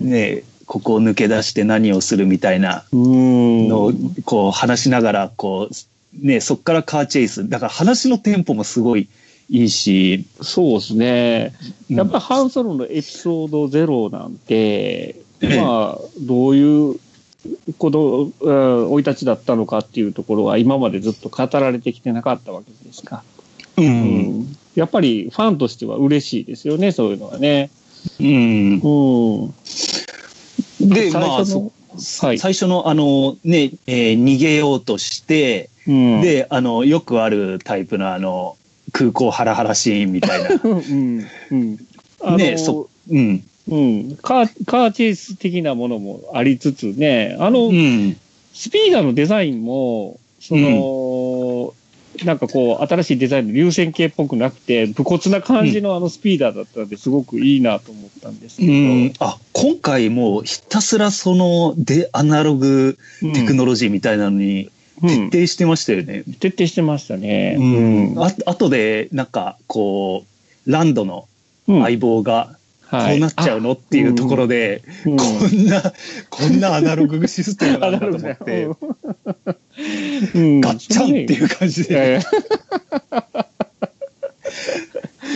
[SPEAKER 2] ん
[SPEAKER 1] ね、ここを抜け出して何をするみたいな
[SPEAKER 2] うん。
[SPEAKER 1] の
[SPEAKER 2] う
[SPEAKER 1] を
[SPEAKER 2] ん。
[SPEAKER 1] こう話しながらこう、ね、そっからカーチェイスだから話のテンポもすごいいいし、
[SPEAKER 2] そうですね。
[SPEAKER 1] うん
[SPEAKER 2] やっぱハンソロのエピソードゼロなんて、
[SPEAKER 1] ええ
[SPEAKER 2] まあ、どういう、この、うん生い立ちだったのかっていうところは今までずっと語られてきてなかったわけですか。
[SPEAKER 1] う
[SPEAKER 2] うんやっぱりファンとしては嬉しいですよね、そういうのはね。
[SPEAKER 1] うん、
[SPEAKER 2] うん。
[SPEAKER 1] で
[SPEAKER 2] 最
[SPEAKER 1] まあ
[SPEAKER 2] 初
[SPEAKER 1] そ
[SPEAKER 2] のはい。
[SPEAKER 1] 最初のあの、ねえー逃げようとして、
[SPEAKER 2] うん、。
[SPEAKER 1] であのよくあるタイプのあの空港ハラハラシーンみたいな
[SPEAKER 2] うん、うん。あの
[SPEAKER 1] ねそうん
[SPEAKER 2] うん、カー、カーチェイス的なものもありつつね、あの
[SPEAKER 1] う、ん
[SPEAKER 2] スピーダーのデザインも、その、なんかこう、新しいデザインの流線形っぽくなくて、武骨な感じのあのスピーダーだったんで、すごくいいなと思ったんですけ
[SPEAKER 1] う
[SPEAKER 2] ど。
[SPEAKER 1] ん、あ今回もうひたすらそのでアナログテクノロジーみたいなのに
[SPEAKER 2] うん
[SPEAKER 1] 徹底してましたよね。
[SPEAKER 2] 徹底してましたね。
[SPEAKER 1] うん、ああとでなんかこうランドの
[SPEAKER 2] うん
[SPEAKER 1] 相棒がこ
[SPEAKER 2] はいう
[SPEAKER 1] なっちゃうのっていうところで、
[SPEAKER 2] あうん
[SPEAKER 1] こんなこんなアナログシステムなんだと思って、
[SPEAKER 2] うん
[SPEAKER 1] ガッチャンっていう感じ
[SPEAKER 2] いやい
[SPEAKER 1] で
[SPEAKER 2] や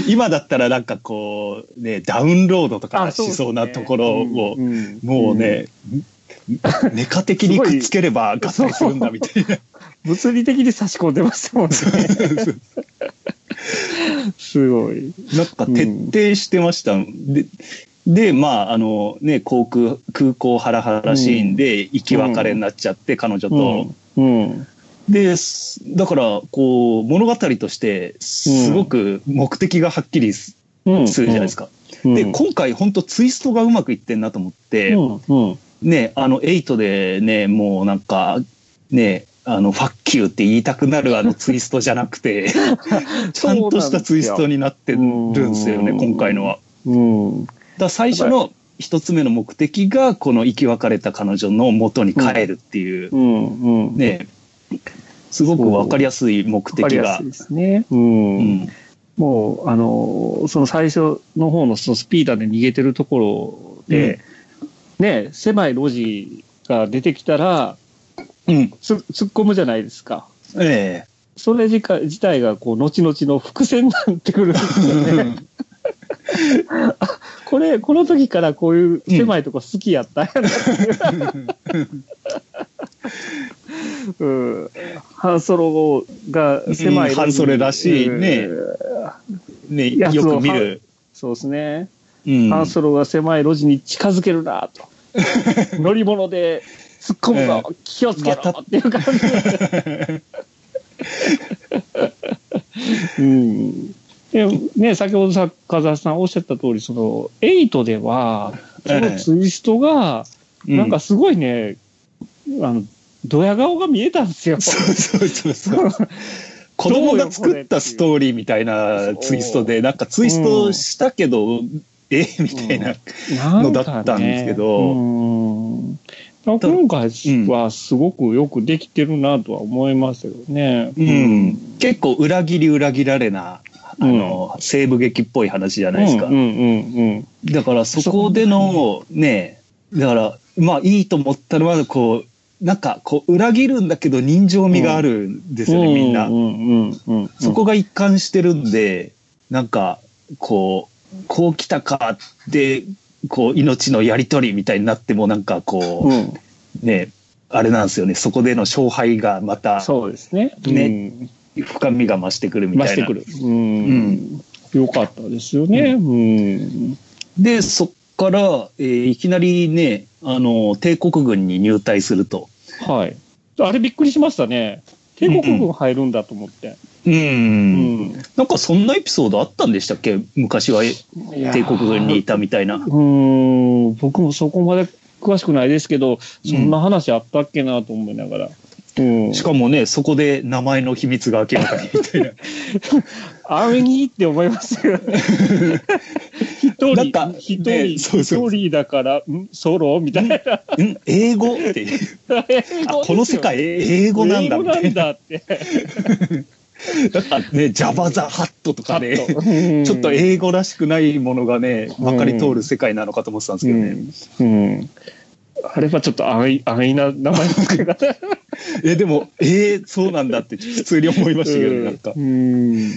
[SPEAKER 1] 今だったらなんかこうねダウンロードとか
[SPEAKER 2] あ
[SPEAKER 1] しそうなところを
[SPEAKER 2] うんん
[SPEAKER 1] もうね、メカ的にくっつければ合体するんだみたいな。
[SPEAKER 2] 物理的に差し込んでました もんね。すごい。
[SPEAKER 1] なんか徹底してました。ででまああのね航空空港ハラハラシーンで生き別れになっちゃって、彼女と。
[SPEAKER 2] うん。
[SPEAKER 1] ですだからこう物語としてすごく目的がはっきりす
[SPEAKER 2] うん。
[SPEAKER 1] するじゃないです
[SPEAKER 2] か。
[SPEAKER 1] か。
[SPEAKER 2] うん、
[SPEAKER 1] で今回本当ツイストがうまくいってんなと思って、
[SPEAKER 2] うん。うん。
[SPEAKER 1] ねあの8でねもうなんかねあのファッキューって言いたくなるあのツイストじゃなく てちゃんとしたツイストになってるんですよね
[SPEAKER 2] うん
[SPEAKER 1] 今回のは。
[SPEAKER 2] うん。
[SPEAKER 1] だから最初の一つ目の目的がこの生き別れた彼女の元に帰るっていう、
[SPEAKER 2] うん。うん。
[SPEAKER 1] ねすごく分かりやすい目
[SPEAKER 2] わかり
[SPEAKER 1] 的
[SPEAKER 2] や
[SPEAKER 1] が
[SPEAKER 2] すい。ですね。うん。
[SPEAKER 1] うん
[SPEAKER 2] もう、あの、その最初の方のそのスピーダーで逃げてるところで、ね、狭い路地が出てきたら、
[SPEAKER 1] うん
[SPEAKER 2] つ突っ込むじゃないですか。
[SPEAKER 1] え
[SPEAKER 2] それ自体自体が、こう、後々の伏線になってくるんですよ
[SPEAKER 1] え
[SPEAKER 2] ね。これ、この時からこういう狭いとこ好きやったんやな うん。ハンソロが狭い、
[SPEAKER 1] うんハンソロらしいね
[SPEAKER 2] うん
[SPEAKER 1] ね
[SPEAKER 2] いや
[SPEAKER 1] よく見る。
[SPEAKER 2] そうですね。
[SPEAKER 1] うん
[SPEAKER 2] ハンソロが狭い路地に近づけるな と。乗り物で突っ込むぞ、気をつけろ
[SPEAKER 1] また
[SPEAKER 2] っていう感じ。 うん。でね、先ほどさ、風間さんおっしゃった通り、その、エイトでは、そのツイストが、
[SPEAKER 1] う
[SPEAKER 2] なんかすごいね、あの、ドヤ顔が見えたんです よ。
[SPEAKER 1] そうそうそうそう。 子供が作ったストーリーみたいなツイストで、なんかツイストしたけど、え みたいな。
[SPEAKER 2] なん
[SPEAKER 1] の
[SPEAKER 2] か
[SPEAKER 1] だったんですけど
[SPEAKER 2] ねうんだから今回はすごくよくできてるなとは思いますよね。
[SPEAKER 1] うん。結構裏切り裏切られな、あの、西部劇っぽい話じゃないですか。
[SPEAKER 2] うんうんうん
[SPEAKER 1] だからそこでのねだからまあいいと思ったのはこうなんかこう裏切るんだけど人情味があるんですよね、
[SPEAKER 2] うん。
[SPEAKER 1] みんな、
[SPEAKER 2] うんうんうんうん。
[SPEAKER 1] そこが一貫してるんでなんかこうこう来たかってこう、命のやりとりみたいになっても、なんかこ
[SPEAKER 2] うん。
[SPEAKER 1] う、ね、あれなんですよね。そこでの勝敗がまた、
[SPEAKER 2] そうですね。
[SPEAKER 1] ね深みが増してくるみ
[SPEAKER 2] うん。
[SPEAKER 1] たい
[SPEAKER 2] 増
[SPEAKER 1] な。
[SPEAKER 2] してくる。うん。よかったですよね。うん。
[SPEAKER 1] で、そっから、えーいきなりね、あの、帝国軍に入隊すると。
[SPEAKER 2] はい。あれびっくりしましたね。帝国軍入るんだと思って。
[SPEAKER 1] うん,、
[SPEAKER 2] うん。
[SPEAKER 1] なんかそんなエピソードあったんでしたっけ昔はえ帝国軍にいたみたいな。
[SPEAKER 2] うーん、僕もそこまで詳しくないですけど、そんな話あったっけなと思いながら。うん。
[SPEAKER 1] しかもね、そこで名前の秘密が明らかにみた いな。
[SPEAKER 2] あれにって思いますよね。一人、
[SPEAKER 1] なんか
[SPEAKER 2] 一人、
[SPEAKER 1] ねそう
[SPEAKER 2] 一
[SPEAKER 1] そう
[SPEAKER 2] 人だから、んソロみたいな。
[SPEAKER 1] ん英語っていう。
[SPEAKER 2] 英
[SPEAKER 1] あ
[SPEAKER 2] 語ですよ
[SPEAKER 1] この世界英語なんだ
[SPEAKER 2] 英
[SPEAKER 1] み
[SPEAKER 2] 語な
[SPEAKER 1] た
[SPEAKER 2] ん
[SPEAKER 1] いな。
[SPEAKER 2] だって。
[SPEAKER 1] だからね、ジャバザハットとかね、
[SPEAKER 2] カットう ん
[SPEAKER 1] ちょっと英語らしくないものがね、まかり通る世界なのかと思ってたんですけどね。
[SPEAKER 2] うんうんあれはちょっと安易安易な名前の付け方
[SPEAKER 1] え、でも、えー、そうなんだって普通に思いましたけどね、なんか
[SPEAKER 2] う。ん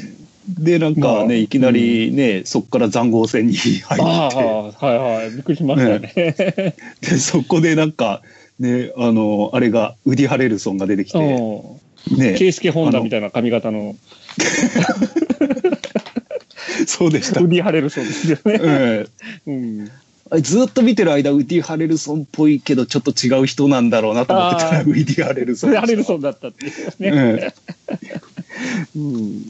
[SPEAKER 1] で、なんかね、
[SPEAKER 2] まあ
[SPEAKER 1] いきなりね、そこから塹壕戦に入
[SPEAKER 2] あ
[SPEAKER 1] っ
[SPEAKER 2] あはいはいびっくりしましたね。
[SPEAKER 1] て、で、そこでなんか、ね、あの、あれが、ウディ・ハレルソンが出てきて、
[SPEAKER 2] うんケ
[SPEAKER 1] ね、
[SPEAKER 2] イスケ・ホンダみたいな髪型の
[SPEAKER 1] そうでした
[SPEAKER 2] ウ。ディ・ハレルソンですよね。
[SPEAKER 1] うん
[SPEAKER 2] うん、
[SPEAKER 1] あれずっと見てる間、ウディ・ハレルソンっぽいけど、ちょっと違う人なんだろうなと思ってたら、
[SPEAKER 2] あ
[SPEAKER 1] ウディ・ハレルソ
[SPEAKER 2] そ
[SPEAKER 1] ン
[SPEAKER 2] れ
[SPEAKER 1] でし
[SPEAKER 2] ハ
[SPEAKER 1] た。
[SPEAKER 2] レルソンだったっていうね。
[SPEAKER 1] うん
[SPEAKER 2] うん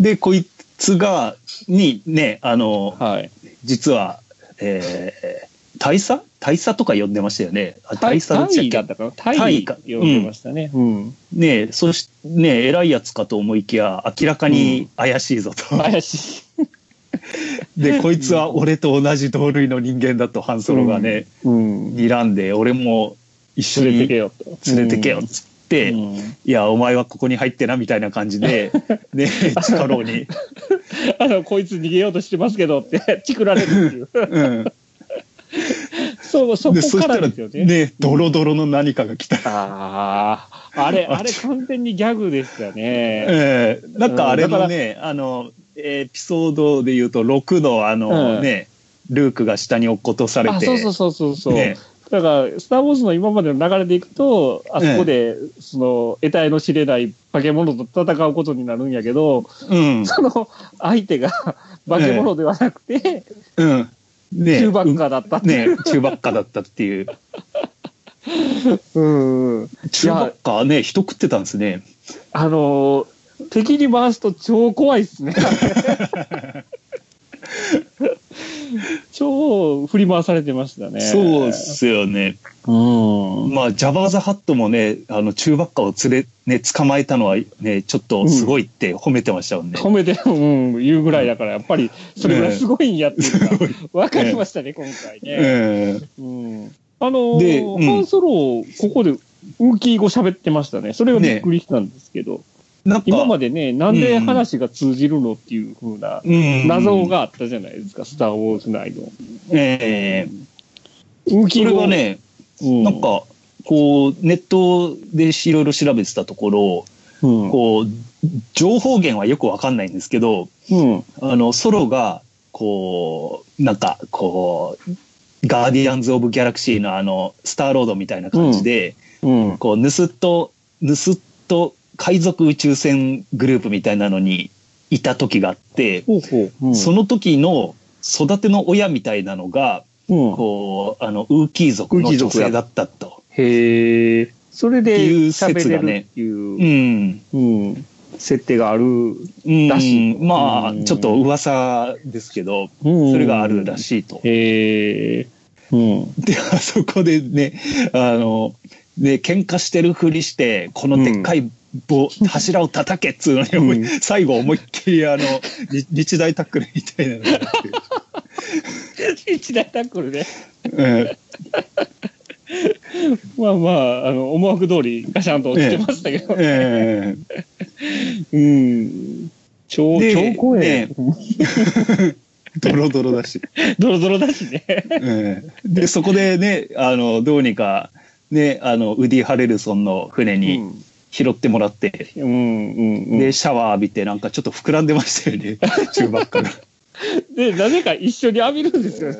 [SPEAKER 1] で、こいつが、にね、あの、
[SPEAKER 2] はい、
[SPEAKER 1] 実は、えー、大佐大佐とか呼んでましたよね。あ大佐だっ
[SPEAKER 2] タイ
[SPEAKER 1] た
[SPEAKER 2] だ
[SPEAKER 1] っけ
[SPEAKER 2] ったかなタ
[SPEAKER 1] タ
[SPEAKER 2] イ
[SPEAKER 1] イか
[SPEAKER 2] 呼んでましたね。うん
[SPEAKER 1] ねえ、そし、ねえ、偉いやつかと思いきや、明らかに怪しいぞと。
[SPEAKER 2] 怪しい。
[SPEAKER 1] で、こいつは俺と同じ同類の人間だと、ハンソロがね、
[SPEAKER 2] うん、
[SPEAKER 1] 睨んで、俺も一緒
[SPEAKER 2] 連れて
[SPEAKER 1] に
[SPEAKER 2] け
[SPEAKER 1] 連
[SPEAKER 2] よと。
[SPEAKER 1] れてけよっつって、
[SPEAKER 2] うん
[SPEAKER 1] いや、お前はここに入ってな、みたいな感じで、 ねえ、力をに。
[SPEAKER 2] あの、こいつ逃げようとしてますけどって、 チクられるっ ていう。
[SPEAKER 1] うん。
[SPEAKER 2] そう、そ
[SPEAKER 1] で、
[SPEAKER 2] こ
[SPEAKER 1] そ
[SPEAKER 2] か
[SPEAKER 1] した
[SPEAKER 2] ら
[SPEAKER 1] ら、
[SPEAKER 2] ですよね。
[SPEAKER 1] ねえ、ドロドロの何かが来た
[SPEAKER 2] ああ、あれ、あれ完全にギャグでしたね。
[SPEAKER 1] ええなんかあれもね、あの、エピソードで言うと、6のあの、
[SPEAKER 2] うん
[SPEAKER 1] ね、ルークが下に落っことされて、
[SPEAKER 2] あ、そうそうそうそうそう。
[SPEAKER 1] ね
[SPEAKER 2] だから、スター・ウォーズの今までの流れでいくと、あそこで、その、得体の知れない化け物と戦うことになるんやけ ど、
[SPEAKER 1] うん、
[SPEAKER 2] その、相手が 化け物ではなくて、
[SPEAKER 1] うん、ね、
[SPEAKER 2] 中ばっかだったって
[SPEAKER 1] ね
[SPEAKER 2] いう。、
[SPEAKER 1] 中ばっかだったっていう。
[SPEAKER 2] うん。
[SPEAKER 1] 中ばっかね、人食ってたんですね。
[SPEAKER 2] あのー敵に回すと超怖いっ すね。超振り回されてましたね。
[SPEAKER 1] そうっ。すよね。
[SPEAKER 2] うん。
[SPEAKER 1] まあ、ジャバーザハットもね、あの、中ばっかを連れ、ね、捕まえたのはね、ちょっとすごいって褒めてましたもんね。
[SPEAKER 2] 褒めて、うん、言うぐらいだから、やっぱり、それぐら いすごいんやっていうか、わかりましたね、今回ね。
[SPEAKER 1] うん
[SPEAKER 2] うん。あの
[SPEAKER 1] で
[SPEAKER 2] ー、
[SPEAKER 1] うん
[SPEAKER 2] ハンソロ、ここで、ウーキー語喋ってましたね。それがびっくりしたんですけど、
[SPEAKER 1] なんか、
[SPEAKER 2] 今までね、なんで話が通じるのっていう風な
[SPEAKER 1] うん
[SPEAKER 2] 謎、があったじゃないですか、スター・ウォーズ内の。
[SPEAKER 1] ええ
[SPEAKER 2] ウー
[SPEAKER 1] そ
[SPEAKER 2] キ
[SPEAKER 1] れ
[SPEAKER 2] ー語
[SPEAKER 1] が、ね、な
[SPEAKER 2] な
[SPEAKER 1] ん、か、こう、ネットでいろいろ調べてたところ、
[SPEAKER 2] うん
[SPEAKER 1] こう、情報源はよくわかんないんですけど、
[SPEAKER 2] うん、
[SPEAKER 1] あの、ソロが、こう、なんか、こう、ガーディアンズ・オブ・ギャラクシーのあの、スターロードみたいな感じで、
[SPEAKER 2] うん、
[SPEAKER 1] こう、ぬすっと、ぬすっと海賊宇宙船グループみたいなのにいた時があって、
[SPEAKER 2] ほうほう、うん、
[SPEAKER 1] その時の育ての親みたいなのが、
[SPEAKER 2] うん、
[SPEAKER 1] こう、あの、ウーキー族の女性だったと。
[SPEAKER 2] へえ、それ
[SPEAKER 1] っ
[SPEAKER 2] で
[SPEAKER 1] ていう
[SPEAKER 2] 喋
[SPEAKER 1] 説
[SPEAKER 2] れ
[SPEAKER 1] が
[SPEAKER 2] る
[SPEAKER 1] ね
[SPEAKER 2] っていう、
[SPEAKER 1] うん。
[SPEAKER 2] うん、設定がある、
[SPEAKER 1] うん
[SPEAKER 2] らしい
[SPEAKER 1] まあ
[SPEAKER 2] うん
[SPEAKER 1] ちょっと噂ですけどそれがあるら
[SPEAKER 2] い。
[SPEAKER 1] しいと。
[SPEAKER 2] へえ、 うん、
[SPEAKER 1] であそこでねあのね喧嘩してるふりしてこのでっかい棒、柱を叩けっつうのに思い、
[SPEAKER 2] うん
[SPEAKER 1] 最後思いっきり あのに日大タックルみたいなのがあ
[SPEAKER 2] 一大タックルで、
[SPEAKER 1] って、
[SPEAKER 2] まあまあ、あの思惑通り、ガシャンと落ちてましたけど
[SPEAKER 1] うん、え
[SPEAKER 2] うん、超、
[SPEAKER 1] で
[SPEAKER 2] 超怖え、
[SPEAKER 1] えドロドロだし。
[SPEAKER 2] ドロドロだしね。
[SPEAKER 1] ええでそこでねあのどうにか、ね、あのウディ・ハレルソンの船に拾ってもらって、
[SPEAKER 2] うん、うん、う ん、
[SPEAKER 1] でシャワー浴びてなんかちょっと膨らんでましたよね中ばっかが。
[SPEAKER 2] で、なぜか一緒に浴びるんですよね。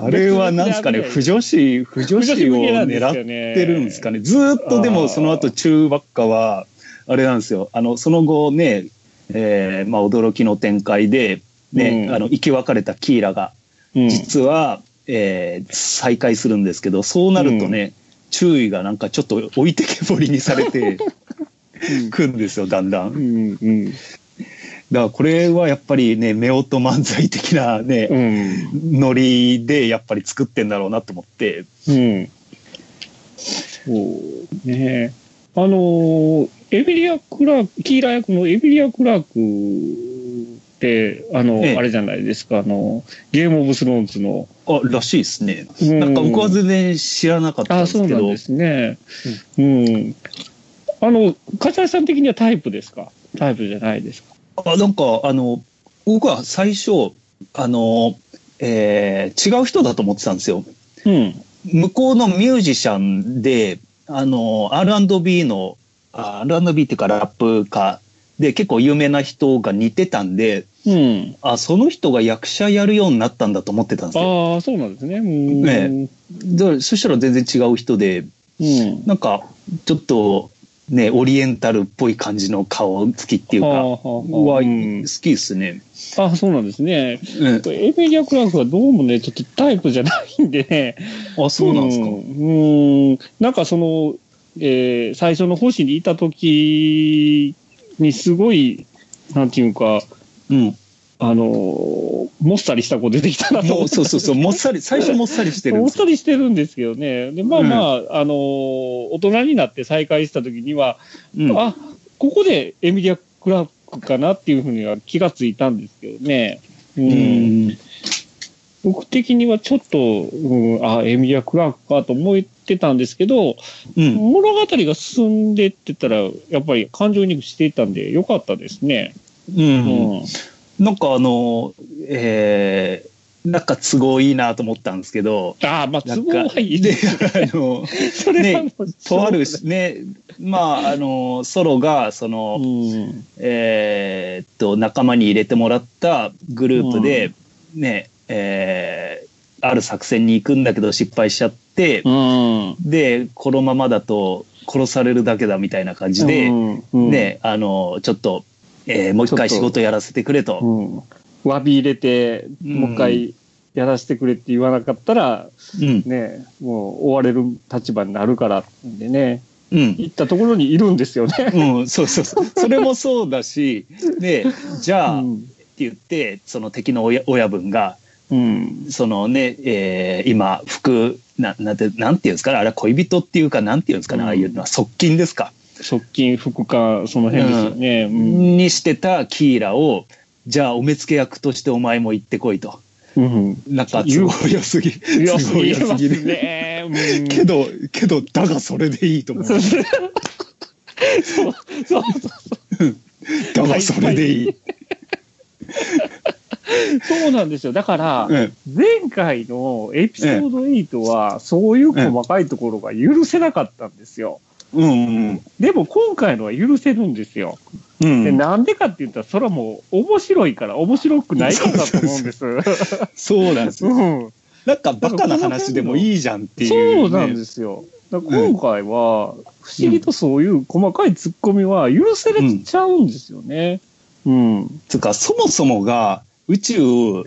[SPEAKER 1] あれはなんですかね、不女子、不女子を狙ってるんですかね。ずーっとでもその後中ばっかは、あれなんですよ。あの、その後ね、えー、まあ驚きの展開で、ね、
[SPEAKER 2] うん
[SPEAKER 1] あの、生き別れたキーラが、
[SPEAKER 2] うん
[SPEAKER 1] 実は、えー再会するんですけど、そうなるとね、注意がなんかちょっと置いてけぼりにされ てくんですよ、だんだん。
[SPEAKER 2] う
[SPEAKER 1] だか
[SPEAKER 2] んうん
[SPEAKER 1] らこれはやっぱりね、夫婦漫才的なね、
[SPEAKER 2] うん
[SPEAKER 1] ノリでやっぱり作ってんだろうなと思って。
[SPEAKER 2] うんそうねあのーエビリア・クラークキーラ役のエビリア・クラークってあの、
[SPEAKER 1] ええ
[SPEAKER 2] あれじゃないですかあのゲーム・オブ・スローンズの、
[SPEAKER 1] あ、らしいですね。
[SPEAKER 2] うん
[SPEAKER 1] なんか僕は全然知らなかったん
[SPEAKER 2] あ
[SPEAKER 1] で
[SPEAKER 2] そ
[SPEAKER 1] す
[SPEAKER 2] う
[SPEAKER 1] け
[SPEAKER 2] なん
[SPEAKER 1] ど。
[SPEAKER 2] ですねうん、あの笠井さん的にはタイプですかタイプじゃないですか
[SPEAKER 1] あなんか、あの、僕は最初、あの、えー違う人だと思ってたんですよ。
[SPEAKER 2] うん
[SPEAKER 1] 向こうのミュージシャンで、あの、R&B の、あ R&B っていうかラップ家で結構有名な人が似てたんで、
[SPEAKER 2] うん
[SPEAKER 1] あ、その人が役者やるようになったんだと思ってたんですよ。
[SPEAKER 2] ああそうなんですねうん
[SPEAKER 1] ねでそしたら全然違う人で、
[SPEAKER 2] うん
[SPEAKER 1] なんか、ちょっと、ね、オリエンタルっぽい感じの顔つきっていうか、
[SPEAKER 2] はあは
[SPEAKER 1] は
[SPEAKER 2] あはあうん
[SPEAKER 1] 好きですね。
[SPEAKER 2] あそうなんですね
[SPEAKER 1] うん
[SPEAKER 2] エミリア・クラークはどうもね、ちょっとタイプじゃないんでね。
[SPEAKER 1] あ、そうなんですか。
[SPEAKER 2] うん。うんなんかその、えー最初の星にいた時にすごい、なんていうか、
[SPEAKER 1] うん。
[SPEAKER 2] あのーもっさりした子出てきたなと
[SPEAKER 1] も
[SPEAKER 2] 思
[SPEAKER 1] う、
[SPEAKER 2] って。
[SPEAKER 1] そうそうそう、もっさり、最初もっさりしてるん
[SPEAKER 2] も
[SPEAKER 1] で
[SPEAKER 2] っ
[SPEAKER 1] すよ
[SPEAKER 2] さりしてるんですけどね。で、まあまあ、あのー大人になって再会した時には、
[SPEAKER 1] うん
[SPEAKER 2] あ、ここでエミリア・クラークかなっていうふうには気がついたんですけどね。う
[SPEAKER 1] うん。
[SPEAKER 2] 僕的にはちょっと、うん、あエミリア・クラークかと思ってたんですけど、
[SPEAKER 1] うん。
[SPEAKER 2] 物語が進んでってたら、やっぱり感情移入していたんで、よかったですね。
[SPEAKER 1] うん。なんかあの、えー、なんか都合いいなと思ったんですけど、
[SPEAKER 2] ああ、まあ、
[SPEAKER 1] な
[SPEAKER 2] 都
[SPEAKER 1] んか
[SPEAKER 2] 合はいい
[SPEAKER 1] で、
[SPEAKER 2] で
[SPEAKER 1] あ
[SPEAKER 2] す。
[SPEAKER 1] の、
[SPEAKER 2] それはもう、
[SPEAKER 1] とあるね、まあ、あの、ソロが、そうの、
[SPEAKER 2] ん。
[SPEAKER 1] えーっと仲間に入れてもらったグループで、ねえーある作戦に行くんだけど失敗しちゃって、
[SPEAKER 2] うん。
[SPEAKER 1] でこのままだと殺されるだけだみたいな感じで、
[SPEAKER 2] うん、
[SPEAKER 1] ねあのちょっと、えーもう一回
[SPEAKER 2] ちょっ
[SPEAKER 1] 仕
[SPEAKER 2] と
[SPEAKER 1] 事やらせてくれと。
[SPEAKER 2] うん。詫び入れて、
[SPEAKER 1] うん
[SPEAKER 2] もう一回やらせてくれって言わなかったら、
[SPEAKER 1] うん
[SPEAKER 2] ね、もう追われる立場になるからんでね、
[SPEAKER 1] うん
[SPEAKER 2] 行ったところにいるんですよね。
[SPEAKER 1] うん、そうそうそうそれもそうだしでじゃあ、
[SPEAKER 2] う
[SPEAKER 1] って
[SPEAKER 2] ん
[SPEAKER 1] 言ってその敵の親親分が
[SPEAKER 2] うん。
[SPEAKER 1] そのね、えー今、服、ななんて、なんていうんですかね、あれは恋人っていうか、なんていうんですかね、
[SPEAKER 2] うん
[SPEAKER 1] ああいうのは側近ですか、
[SPEAKER 2] 側近、副官、その辺ですよね。うん。
[SPEAKER 1] にしてたキーラを、じゃあ、お目付け役としてお前も行ってこいと。
[SPEAKER 2] うん。
[SPEAKER 1] なんか、都合良すぎ。
[SPEAKER 2] いや、
[SPEAKER 1] 都合良すぎ
[SPEAKER 2] 言えます
[SPEAKER 1] る。
[SPEAKER 2] ね。うん
[SPEAKER 1] けど、けど、だがそれでいいと思う。
[SPEAKER 2] そうそうそうそう
[SPEAKER 1] だがそれでいい。
[SPEAKER 2] そうなんですよ。だから、
[SPEAKER 1] うん
[SPEAKER 2] 前回のエピソード8は、そういう細かいところが許せなかったんですよ。
[SPEAKER 1] うん
[SPEAKER 2] でも今回のは許せるんですよ。
[SPEAKER 1] うん。
[SPEAKER 2] で、
[SPEAKER 1] うん。
[SPEAKER 2] なんでかって言ったら、それはもう面白いから、面白くないからだと思うんです。
[SPEAKER 1] そうなんですよ。
[SPEAKER 2] うん
[SPEAKER 1] なんか、バカな話でもいいじゃんっていう、。
[SPEAKER 2] そうなんですすよ。だから今回は、不思議とそういう細かい突っ込みは許せれちゃうんですよね。うん。
[SPEAKER 1] つうか、そもそもが、宇宙を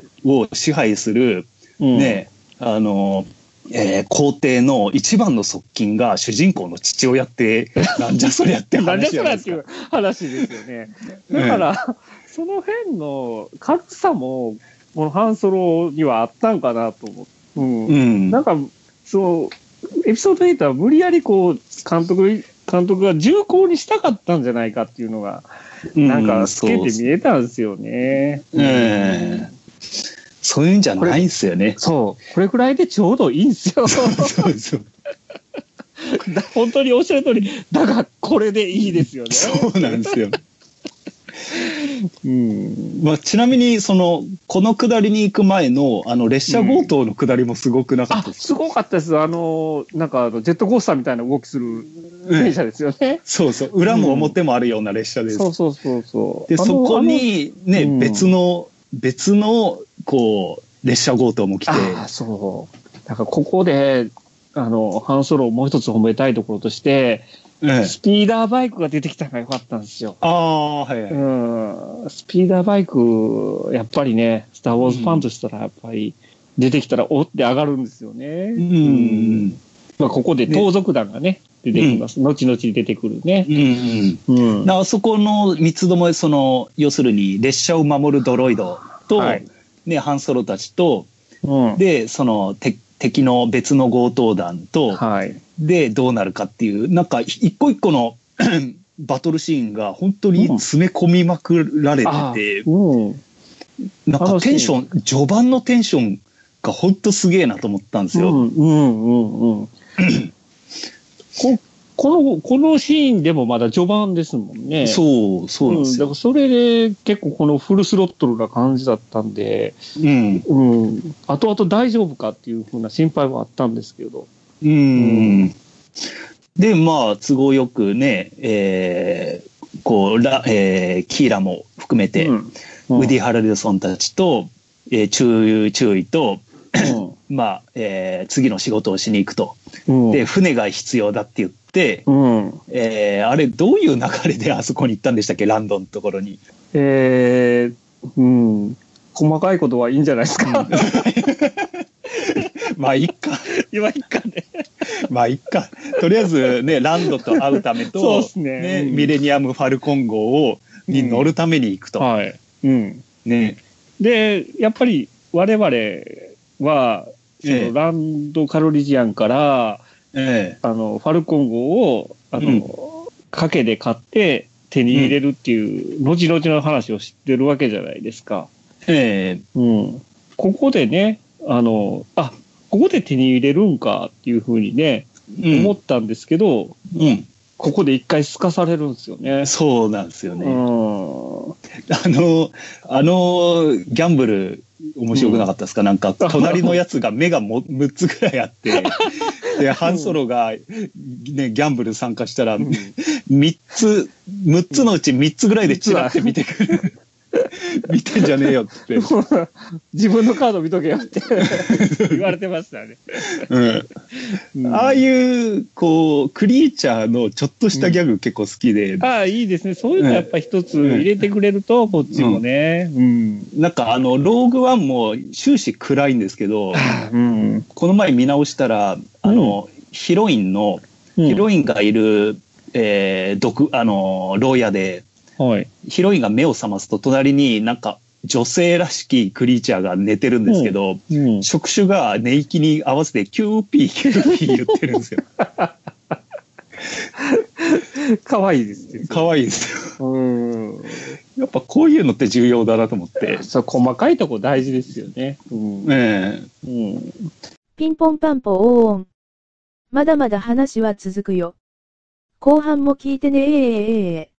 [SPEAKER 1] 支配する、
[SPEAKER 2] うん、
[SPEAKER 1] ねあの、えー皇帝の一番の側近が主人公の父親 って、なんじゃそりゃって
[SPEAKER 2] なんだ
[SPEAKER 1] 話じ
[SPEAKER 2] そ
[SPEAKER 1] ゃな
[SPEAKER 2] ら
[SPEAKER 1] い
[SPEAKER 2] っ
[SPEAKER 1] で
[SPEAKER 2] て
[SPEAKER 1] す
[SPEAKER 2] い
[SPEAKER 1] か
[SPEAKER 2] う。話ですよね。だから、その辺の軽さも、このハンソロにはあったんかなと思う。うん。
[SPEAKER 1] うん。
[SPEAKER 2] なんか、そう、エピソード8は無理やりこう、監督、監督が重厚にしたかったんじゃないかっていうのが、なん
[SPEAKER 1] う
[SPEAKER 2] か
[SPEAKER 1] ん
[SPEAKER 2] 透けて
[SPEAKER 1] そう
[SPEAKER 2] 見えたんですよね。
[SPEAKER 1] ええそういうんじゃないんすよね。
[SPEAKER 2] そう。これくらいでちょうどいいんです よ。
[SPEAKER 1] そうそう。
[SPEAKER 2] 本当におっしゃる通り、だが、これでいいですよね。
[SPEAKER 1] そうなんですよ。
[SPEAKER 2] うん。
[SPEAKER 1] まあ、ちなみに、その、この下りに行く前の、あの、列車強盗の下りもすごくなかっ
[SPEAKER 2] あ
[SPEAKER 1] たで、す。
[SPEAKER 2] すごかったです。あの、なんかあの、ジェットコースターみたいな動きする電車ですよね。
[SPEAKER 1] そうそう。裏も表もあるような列車です。
[SPEAKER 2] そうそうそうそう。
[SPEAKER 1] で、
[SPEAKER 2] あの
[SPEAKER 1] そこ、に、ね、
[SPEAKER 2] うん
[SPEAKER 1] 別の、別の、こう、列車強盗も来て、
[SPEAKER 2] ああ、そう。だからここで、あの、ハンソロをもう一つ褒めたいところとして、
[SPEAKER 1] ええ
[SPEAKER 2] スピーダーバイクが出てきたのが良かったんですよ。
[SPEAKER 1] ああ、はい、はい
[SPEAKER 2] うん。スピーダーバイク、やっぱりね、スター・ウォーズファンとしたら、やっぱり、出てきたら、おって上がるんですよね。
[SPEAKER 1] うんうん
[SPEAKER 2] まあ、ここで盗賊団がね、出てきます。後々出てくるね。
[SPEAKER 1] うんうん
[SPEAKER 2] うん
[SPEAKER 1] なあそこの三つどもえその要するに列車を守るドロイドと、
[SPEAKER 2] はい
[SPEAKER 1] ね、ハンソロたちと
[SPEAKER 2] うん
[SPEAKER 1] でその敵敵の別の強盗団と、
[SPEAKER 2] はい。
[SPEAKER 1] でどうなるかっていうなんか一個一個の バトルシーンが本当に詰め込みまくられ
[SPEAKER 2] あ
[SPEAKER 1] てて、
[SPEAKER 2] うん。
[SPEAKER 1] なんかテンション序盤のテンションが本当すげえなと思ったんです
[SPEAKER 2] う
[SPEAKER 1] よ。
[SPEAKER 2] ん、うん、うん、うん。ここの、このシーンでもまだ序盤ですもんね。
[SPEAKER 1] そうそうなんです
[SPEAKER 2] だか
[SPEAKER 1] よ
[SPEAKER 2] ら。それで結構このフルスロットルな感じだったんで、
[SPEAKER 1] うん
[SPEAKER 2] うん、後々大丈夫かっていうふうな心配はあったんですけど。
[SPEAKER 1] うんで、まあ、都合よくね、えーこう、ラ、えーキーラも含めて、
[SPEAKER 2] うん
[SPEAKER 1] ウディ・ハラルソンたちと、えー注意、注意と、まあ、えー次の仕事をしに行くと。
[SPEAKER 2] うん
[SPEAKER 1] で、船が必要だって言って、
[SPEAKER 2] うん。
[SPEAKER 1] えーあれ、どういう流れであそこに行ったんでしたっけランドンのところに。
[SPEAKER 2] えー、うん。細かいことはいいんじゃないですか。
[SPEAKER 1] まあ、いっか。
[SPEAKER 2] 今いっかね。
[SPEAKER 1] まあ、いっか。とりあえずね、ランドと会うためと、
[SPEAKER 2] そうっすねうん
[SPEAKER 1] ミレニアム・ファルコン号を、に乗るために行くと。
[SPEAKER 2] はい。うん。
[SPEAKER 1] ね。
[SPEAKER 2] で、やっぱり我々は、そ
[SPEAKER 1] ええ
[SPEAKER 2] のランドカロリジアンから、
[SPEAKER 1] え
[SPEAKER 2] あの、ファルコン号を、あの、
[SPEAKER 1] うん
[SPEAKER 2] 賭けで買って手に入れるっていう、後々の話を知ってるわけじゃないですか。
[SPEAKER 1] ええ
[SPEAKER 2] うん。ここでね、あの、あ、ここで手に入れるんかっていうふうにね、
[SPEAKER 1] え
[SPEAKER 2] 思ったんですけど、
[SPEAKER 1] うん、
[SPEAKER 2] ここで一回すかされるんですよね。
[SPEAKER 1] そうなんですよね。あ
[SPEAKER 2] うん。
[SPEAKER 1] の、あの、ギャンブル、面白くなかったですか、なんか、隣のやつが目がも6つぐらいあ って、で、ハンソロが、ね、ギャンブル参加したら、3つ、6つのうち3つぐらいでチラって見てくる。見てんじゃねえよって。
[SPEAKER 2] 自分のカード見とけよって 言われてましたね。
[SPEAKER 1] うん
[SPEAKER 2] うん
[SPEAKER 1] ああいう、こう、クリーチャーのちょっとしたギャグ結構好きで、
[SPEAKER 2] ああ、いいですね。そういうのやっぱ一つ入れてくれると、こっちもね。うん。
[SPEAKER 1] なんかあの、ローグワンも終始暗いんですけ ど、
[SPEAKER 2] うん。
[SPEAKER 1] この前見直したら、あの、ヒロインの、ヒロインがいる、えー、毒、あの、牢屋で、
[SPEAKER 2] はい。
[SPEAKER 1] ヒロインが目を覚ますと、隣になんか、女性らしきクリーチャーが寝てるんですけど、
[SPEAKER 2] うん。
[SPEAKER 1] 触手が寝息に合わせて、キューピー、キューピー言ってるん ですよ。
[SPEAKER 2] 可愛いですね。
[SPEAKER 1] 可愛いですよ。
[SPEAKER 2] うん。
[SPEAKER 1] やっぱこういうのって重要だなと思って。
[SPEAKER 2] そう、細かいとこ大事ですよね。うん。
[SPEAKER 1] ね
[SPEAKER 2] うん。
[SPEAKER 3] ピンポンパンポオーオン。まだまだ話は続くよ。後半も聞いてねええええええ。